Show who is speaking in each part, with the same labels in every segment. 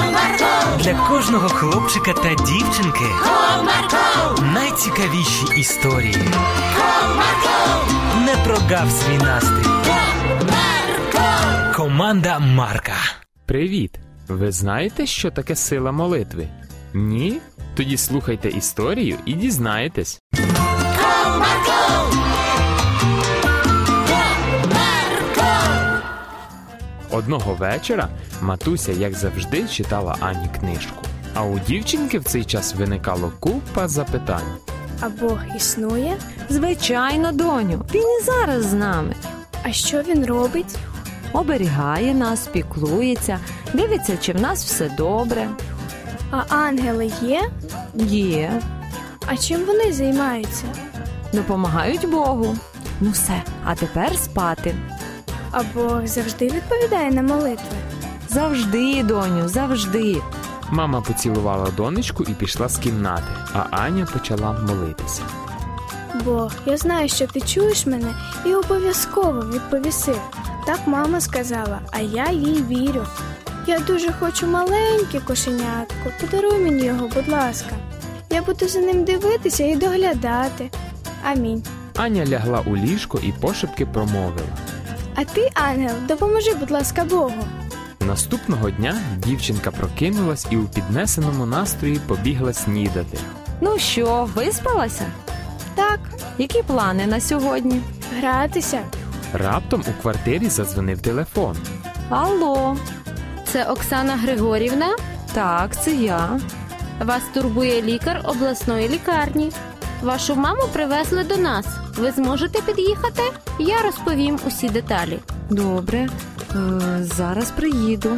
Speaker 1: Марко,
Speaker 2: Для кожного хлопчика та дівчинки
Speaker 1: Con Marco,
Speaker 2: найцікавіші історії.
Speaker 1: con Marco,
Speaker 2: Не прогав свій настрій.
Speaker 1: con Marco.
Speaker 2: Команда Марка.
Speaker 3: Привіт! Ви знаєте, що таке сила молитви? Ні? Тоді слухайте історію і дізнаєтесь. Одного вечора матуся, як завжди, читала Ані книжку. А у дівчинки в цей час виникало купа запитань.
Speaker 4: А Бог існує?
Speaker 5: Звичайно, доню, він і зараз з нами.
Speaker 4: А що він робить?
Speaker 5: Оберігає нас, піклується, дивиться, чи в нас все добре.
Speaker 4: А ангели є?
Speaker 5: Є,
Speaker 4: А чим вони займаються?
Speaker 5: допомагають Богу. Ну все, а тепер спати.
Speaker 4: А Бог завжди відповідає на молитви.
Speaker 5: Завжди, доню, завжди.
Speaker 3: Мама поцілувала донечку і пішла з кімнати, а Аня почала молитися.
Speaker 4: Бог, я знаю, що ти чуєш мене і обов'язково відповіси. Так мама сказала, а я їй вірю. Я дуже хочу маленьке кошенятко. Подаруй мені його, будь ласка. Я буду за ним дивитися і доглядати. Амінь.
Speaker 3: Аня лягла у ліжко і пошепки промовила.
Speaker 4: А ти, ангел, допоможи, будь ласка, Богу.
Speaker 3: Наступного дня дівчинка прокинулась і у піднесеному настрої побігла снідати.
Speaker 5: Ну що, виспалася?
Speaker 4: Так,
Speaker 5: Які плани на сьогодні?
Speaker 4: гратися.
Speaker 3: Раптом у квартирі задзвонив телефон.
Speaker 5: Алло,
Speaker 6: Це Оксана Григорівна.
Speaker 5: так, це я.
Speaker 6: Вас турбує лікар обласної лікарні. Вашу маму привезли до нас. Ви зможете під'їхати? Я розповім усі деталі.
Speaker 5: Добре, е, зараз приїду.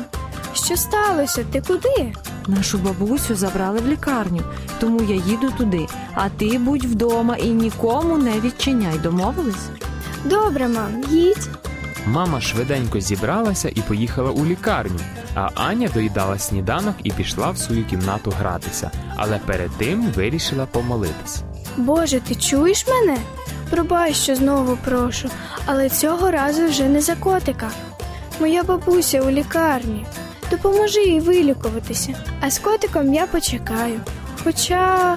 Speaker 4: Що сталося? Ти куди?
Speaker 5: Нашу бабусю забрали в лікарню, тому я їду туди. А ти будь вдома і нікому не відчиняй. Домовились?
Speaker 4: Добре, мам, їдь.
Speaker 3: Мама швиденько зібралася і поїхала у лікарню. А Аня доїдала сніданок і пішла в свою кімнату гратися, але перед тим вирішила помолитись.
Speaker 4: Боже, ти чуєш мене? Пробач, що знову прошу, але цього разу вже не за котика. Моя бабуся у лікарні. Допоможи їй вилікуватися, а з котиком я почекаю. Хоча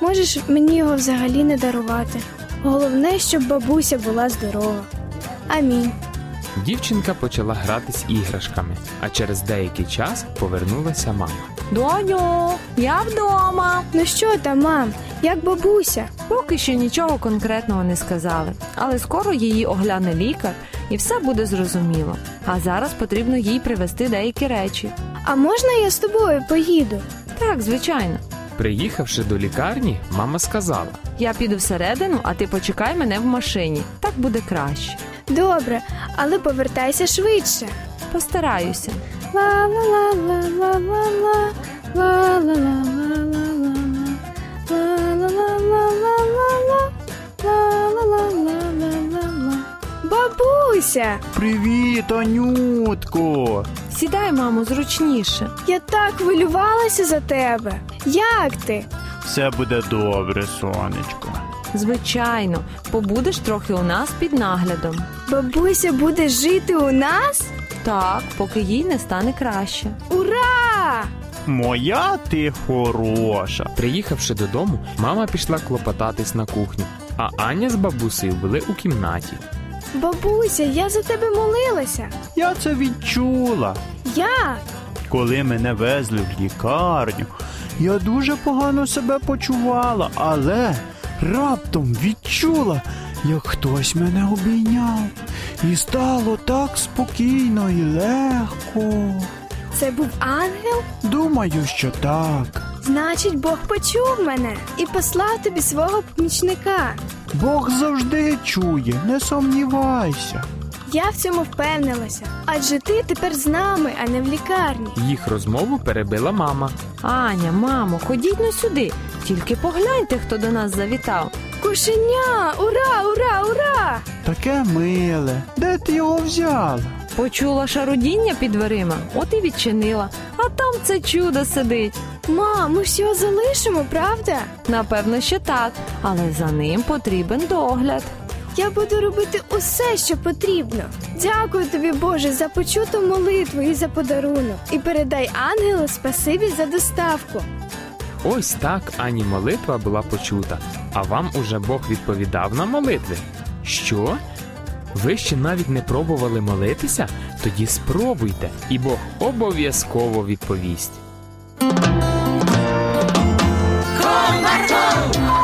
Speaker 4: можеш мені його взагалі не дарувати. Головне, щоб бабуся була здорова. Амінь.
Speaker 3: Дівчинка почала грати з іграшками, а через деякий час повернулася мама.
Speaker 5: Доню, я вдома.
Speaker 4: Ну що там, мам? Як бабуся?
Speaker 5: Поки що нічого конкретного не сказали, але скоро її огляне лікар і все буде зрозуміло. А зараз потрібно їй привезти деякі речі.
Speaker 4: А можна я з тобою поїду?
Speaker 5: Так, звичайно.
Speaker 3: Приїхавши до лікарні, мама сказала:
Speaker 5: Я піду всередину, а ти почекай мене в машині. Так буде краще.
Speaker 4: Добре, але повертайся швидше.
Speaker 5: Постараюся.
Speaker 4: ла ла ла ла ла ла ла ла ла ла ла ла ла ла ла ла Бабуся,
Speaker 7: Привіт, Анютко!
Speaker 5: Сідай, мамо, зручніше.
Speaker 4: я так хвилювалася за тебе. Як ти?
Speaker 7: Все буде добре, сонечко.
Speaker 5: Звичайно, побудеш трохи у нас під наглядом.
Speaker 4: Бабуся буде жити у нас?
Speaker 5: Так, поки їй не стане краще.
Speaker 4: Ура!
Speaker 7: Моя ти хороша.
Speaker 3: приїхавши додому, мама пішла клопотатись на кухню, а Аня з бабусею були у кімнаті.
Speaker 4: Бабуся, я за тебе молилася.
Speaker 7: Я це відчула.
Speaker 4: Як?
Speaker 7: Коли мене везли в лікарню, я дуже погано себе почувала, але раптом відчула, як хтось мене обійняв. І стало так спокійно і легко.
Speaker 4: Це був ангел?
Speaker 7: Думаю, що так.
Speaker 4: Значить, Бог почув мене і послав тобі свого помічника.
Speaker 7: Бог завжди чує, не сумнівайся.
Speaker 4: Я в цьому впевнилася. Адже ти тепер з нами, а не в лікарні.
Speaker 3: Їх розмову перебила мама.
Speaker 5: Аня, мамо, ходіть ну сюди. Тільки погляньте, хто до нас завітав.
Speaker 4: Кошеня! Ура, ура, ура!
Speaker 7: Таке миле. Де ти його взяла?
Speaker 5: Почула шарудіння під дверима, от і відчинила. А там це чудо сидить.
Speaker 4: Мам, ми ж його залишимо, правда?
Speaker 5: Напевно, ще так, але за ним потрібен догляд.
Speaker 4: Я буду робити усе, що потрібно. Дякую тобі, Боже, за почуту молитву і за подарунок. І передай ангелу спасибі за доставку.
Speaker 3: Ось так ані молитва була почута, а вам уже Бог відповідав на молитви. Що? Ви ще навіть не пробували молитися? Тоді спробуйте, і Бог обов'язково відповість.
Speaker 1: con Marco,